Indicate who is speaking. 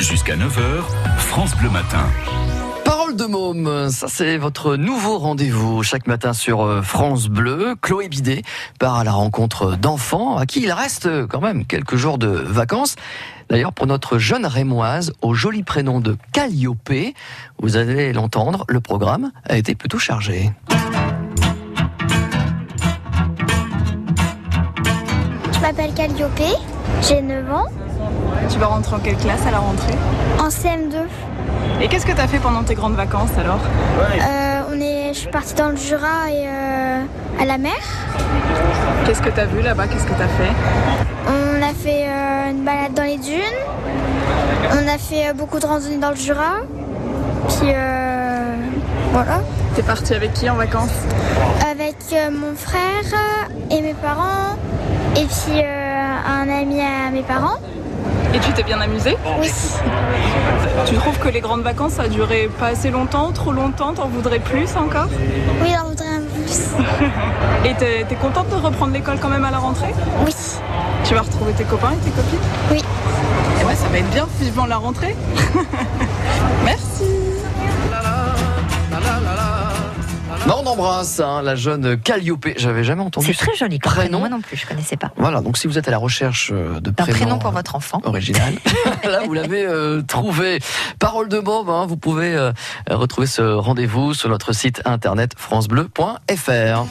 Speaker 1: Jusqu'à 9h, France Bleu Matin.
Speaker 2: Parole de môme, ça c'est votre nouveau rendez-vous chaque matin sur euh, France Bleu. Chloé Bidet part à la rencontre d'enfants à qui il reste euh, quand même quelques jours de vacances. D'ailleurs, pour notre jeune rémoise au joli prénom de Calliope, vous allez l'entendre, le programme a été plutôt chargé.
Speaker 3: Je m'appelle Calliope, j'ai 9 ans,
Speaker 4: Tu vas rentrer en quelle classe à la rentrée
Speaker 3: en CM2.
Speaker 4: Et qu'est-ce que t'as fait pendant tes grandes vacances alors
Speaker 3: Euh, on est, je suis partie dans le Jura et euh, à la mer.
Speaker 4: Qu'est-ce que t'as vu là-bas Qu'est-ce que t'as fait
Speaker 3: On a fait euh, une balade dans les dunes. On a fait euh, beaucoup de randonnées dans le Jura. Puis euh, voilà.
Speaker 4: T'es parti avec qui en vacances
Speaker 3: Avec euh, mon frère et mes parents. Et puis euh, un ami à mes parents.
Speaker 4: Et tu t'es bien amusé
Speaker 3: Oui.
Speaker 4: Tu trouves que les grandes vacances ça a duré pas assez longtemps, trop longtemps, t'en voudrais plus encore
Speaker 3: Oui, on voudrait un peu plus.
Speaker 4: Et t'es t'es contente de reprendre l'école quand même à la rentrée
Speaker 3: Oui.
Speaker 4: Tu vas retrouver tes copains et tes copines
Speaker 3: Oui.
Speaker 4: Eh ben ça va être bien vivement la rentrée Merci
Speaker 2: Non, on embrasse hein, la jeune Calliope. J'avais jamais entendu.
Speaker 5: C'est
Speaker 2: ça.
Speaker 5: très joli comme
Speaker 2: Prénom.
Speaker 5: prénom. Moi non plus, je connaissais pas.
Speaker 2: Voilà, donc si vous êtes à la recherche euh, de
Speaker 5: D'un
Speaker 2: prénoms
Speaker 5: prénom
Speaker 2: euh,
Speaker 5: pour votre enfant.
Speaker 2: original. Là, vous l'avez euh, trouvé. Parole de Bob, hein, vous pouvez euh, retrouver ce rendez-vous sur notre site internet francebleu.fr.